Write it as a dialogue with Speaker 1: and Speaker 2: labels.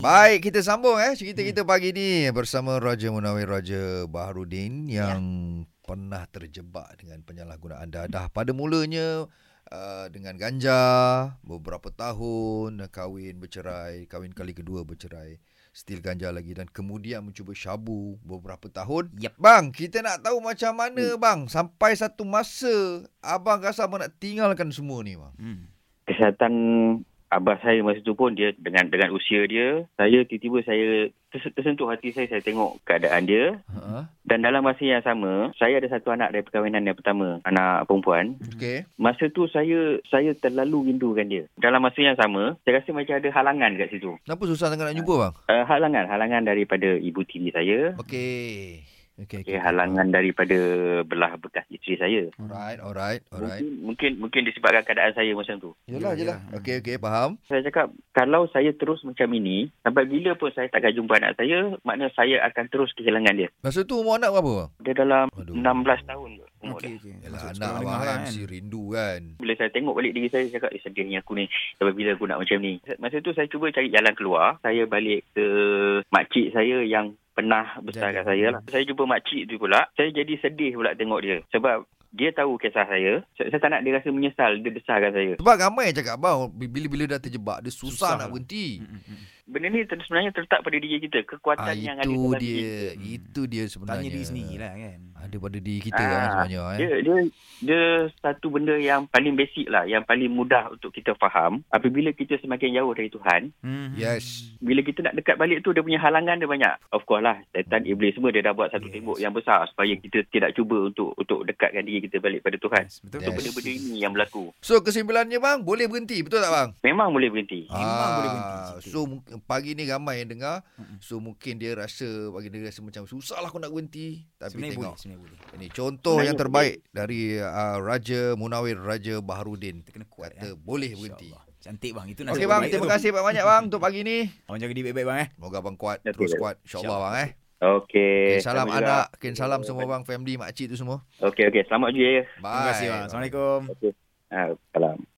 Speaker 1: Baik, kita sambung eh cerita kita pagi ni bersama Roger Munawir Roger Baharudin yang pernah terjebak dengan penyalahgunaan dadah. Pada mulanya uh, dengan ganja beberapa tahun kahwin bercerai, kahwin kali kedua bercerai, still ganja lagi dan kemudian mencuba syabu beberapa tahun.
Speaker 2: Yep.
Speaker 1: Bang, kita nak tahu macam mana bang sampai satu masa abang rasa abang nak tinggalkan semua ni bang.
Speaker 2: Hmm.
Speaker 3: kesihatan abah saya masa tu pun dia dengan dengan usia dia saya tiba-tiba saya terse- tersentuh hati saya saya tengok keadaan dia
Speaker 1: Ha.
Speaker 3: dan dalam masa yang sama saya ada satu anak dari perkahwinan yang pertama anak perempuan
Speaker 1: Okey.
Speaker 3: masa tu saya saya terlalu rindukan dia dalam masa yang sama saya rasa macam ada halangan kat situ
Speaker 1: Kenapa susah sangat nak jumpa bang?
Speaker 3: uh, halangan halangan daripada ibu tiri saya
Speaker 1: Okey. Okey.
Speaker 3: okay, halangan daripada belah bekas isteri saya
Speaker 1: Alright, alright, alright.
Speaker 3: mungkin mungkin mungkin disebabkan keadaan saya macam tu
Speaker 1: Yalah,
Speaker 2: Ya,
Speaker 1: yalah.
Speaker 2: ya.
Speaker 1: Okey, okey, faham.
Speaker 3: Saya cakap kalau saya terus macam ini sampai bila pun saya takkan jumpa anak saya, makna saya akan terus kehilangan dia.
Speaker 1: Masa tu umur anak berapa? bang?
Speaker 3: Dia dalam
Speaker 1: Aduh.
Speaker 3: 16 tahun tu umur okay. dia.
Speaker 2: Okey okey.
Speaker 1: Yalah,
Speaker 2: Masuk
Speaker 1: anak
Speaker 2: sekolah
Speaker 1: abang
Speaker 2: menengah
Speaker 1: kan
Speaker 2: lah
Speaker 1: mesti rindu kan.
Speaker 3: Bila saya tengok balik diri saya, saya cakap, eh sedihnya aku ni. Sampai bila aku nak macam ni. Masa tu saya cuba cari jalan keluar. Saya balik ke makcik saya yang pernah
Speaker 2: Jaga.
Speaker 3: besarkan saya lah. Saya jumpa makcik tu pula. Saya jadi sedih pula tengok dia. Sebab dia tahu kisah saya. Saya, saya tak nak dia rasa menyesal. Dia besarkan saya.
Speaker 1: Sebab ramai yang cakap bang, bila-bila dah terjebak, dia susah,
Speaker 2: Susah
Speaker 1: nak
Speaker 2: lah.
Speaker 1: berhenti.
Speaker 2: Hmm, hmm, hmm.
Speaker 3: Benda ni ter- sebenarnya terletak pada diri kita.
Speaker 1: Ah,
Speaker 3: Kekuatan yang ada
Speaker 1: itu
Speaker 3: dalam diri
Speaker 1: dia,
Speaker 2: diri.
Speaker 1: itu dia sebenarnya.
Speaker 2: Hmm.
Speaker 1: Hmm.
Speaker 2: Tanya diri sendiri lah kan.
Speaker 1: Ada pada diri kita
Speaker 3: Ah,
Speaker 1: kan sebenarnya kan.
Speaker 3: Dia, dia dia satu benda yang paling basic lah, yang paling mudah untuk kita faham. Apabila kita semakin jauh dari Tuhan,
Speaker 2: Hmm, hmm.
Speaker 1: Yes.
Speaker 3: bila kita nak dekat balik tu dia punya halangan dia banyak. Of course lah, setan iblis semua dia dah buat satu
Speaker 2: Yes.
Speaker 3: tembok yang besar supaya kita tidak cuba untuk untuk dekatkan diri kita balik pada Tuhan.
Speaker 2: Yes, betul.
Speaker 3: So
Speaker 1: Yes.
Speaker 3: benda-benda ini yang berlaku.
Speaker 1: So kesimpulannya bang, boleh berhenti, betul tak bang? Ah,
Speaker 3: Memang boleh berhenti.
Speaker 2: Memang boleh berhenti Hmm. cerita.
Speaker 1: So mung- pagi ni ramai yang dengar.
Speaker 2: Mm-mm.
Speaker 1: So mungkin dia rasa bagi dia rasa macam susah lah aku nak berhenti. Tapi
Speaker 2: Sebenarnya
Speaker 1: tengok
Speaker 2: boleh, sebenarnya boleh.
Speaker 1: Ini contoh
Speaker 3: Sebenarnya
Speaker 1: yang terbaik dari uh, Raja Munawir Raja Baharudin.
Speaker 2: Kita kena kuat.
Speaker 1: Kata
Speaker 2: eh.
Speaker 1: boleh berhenti.
Speaker 2: InsyaAllah. Cantik bang. Itu
Speaker 1: Okey
Speaker 2: nasib
Speaker 1: bang,
Speaker 2: baik
Speaker 1: terima
Speaker 2: tu.
Speaker 1: kasih banyak-banyak bang untuk pagi ni.
Speaker 2: Abang jaga diri baik-baik bang eh.
Speaker 1: Semoga bang kuat,
Speaker 3: Betul,
Speaker 1: terus
Speaker 3: betul.
Speaker 1: kuat. InsyaAllah bang eh.
Speaker 3: Okey.
Speaker 1: Okay, salam
Speaker 3: sama juga.
Speaker 1: anak, okay, salam semua bang, family, makcik tu semua.
Speaker 3: Okey okey, selamat juga ya.
Speaker 1: Bye.
Speaker 2: Terima kasih bang. Assalamualaikum.
Speaker 3: Okey. Ah, salam.